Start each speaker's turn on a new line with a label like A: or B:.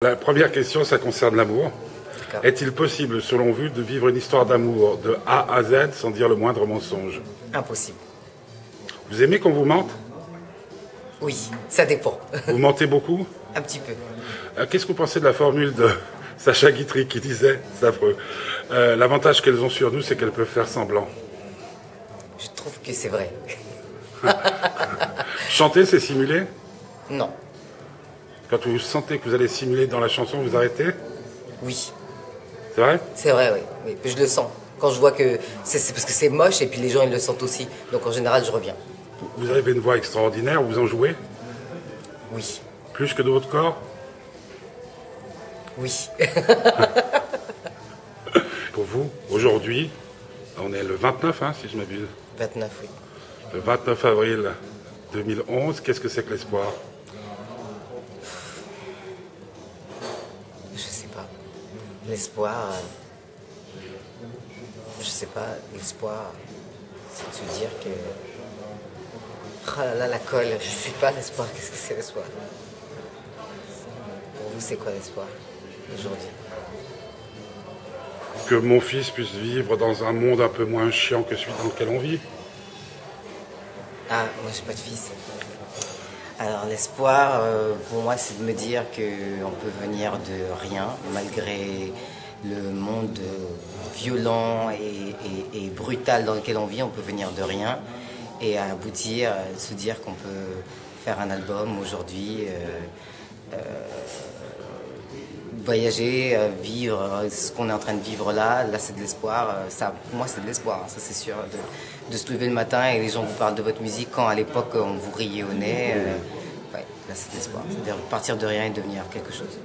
A: La première question, ça concerne l'amour.
B: D'accord.
A: Est-il possible, selon vous, de vivre une histoire d'amour de A à Z sans dire le moindre mensonge
B: Impossible.
A: Vous aimez qu'on vous mente
B: Oui, ça dépend.
A: Vous mentez beaucoup
B: Un petit peu.
A: Euh, Qu'est-ce que vous pensez de la formule de Sacha Guitry qui disait, c'est affreux, euh, l'avantage qu'elles ont sur nous, c'est qu'elles peuvent faire semblant.
B: Je trouve que c'est vrai.
A: Chanter, c'est simuler
B: Non.
A: Quand vous sentez que vous allez simuler dans la chanson, vous arrêtez
B: Oui,
A: C'est vrai
B: c'est vrai, oui. oui. Je le sens. Quand je vois que c'est c'est parce que c'est moche et puis les gens ils le sentent aussi. Donc en général je reviens.
A: Vous avez une voix extraordinaire, vous en jouez
B: Oui,
A: Plus que de votre corps
B: oui.
A: Pour vous, aujourd'hui, on est le 29, hein, si je m'abuse.
B: 29, oui.
A: Le 29 avril 2011, qu'est-ce que c'est que l'espoir
B: Je sais pas. L'espoir. euh, Je sais pas. L'espoir, c'est de se dire que. Ah là là, la colle. Je sais pas l'espoir. Qu'est-ce que c'est l'espoir Pour vous, c'est quoi l'espoir aujourd'hui
A: Que mon fils puisse vivre dans un monde un peu moins chiant que celui dans lequel on vit
B: Ah, moi j'ai pas de fils. Alors l'espoir, euh, pour moi, c'est de me dire qu'on peut venir de rien, malgré le monde euh, violent et, et- et brutal dans lequel on vit, on peut venir de rien et aboutir, euh, se dire qu'on peut faire un album aujourd'hui, euh, voyager, euh, vivre euh, ce qu'on est en train de vivre là, là c'est de l'espoir. euh, Ça, pour moi c'est de l'espoir, hein, ça c'est sûr. De, de se lever le matin et les gens vous parlent de votre musique quand à l'époque on vous riait au nez. euh, ouais, là c'est de l'espoir. C'est-à-dire partir de rien et devenir quelque chose.